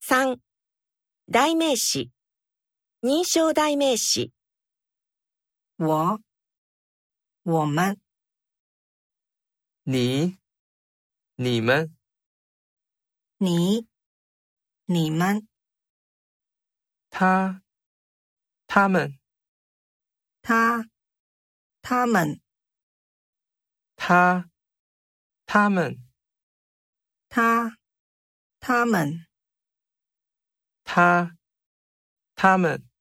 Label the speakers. Speaker 1: 3. 代名詞。認証代名詞。
Speaker 2: 我、我们、
Speaker 3: 你、你们、
Speaker 2: 你、你们、
Speaker 3: 他、他们、
Speaker 2: 他、他们、
Speaker 3: 他、他们、
Speaker 2: 他、他们。
Speaker 3: 他、他们。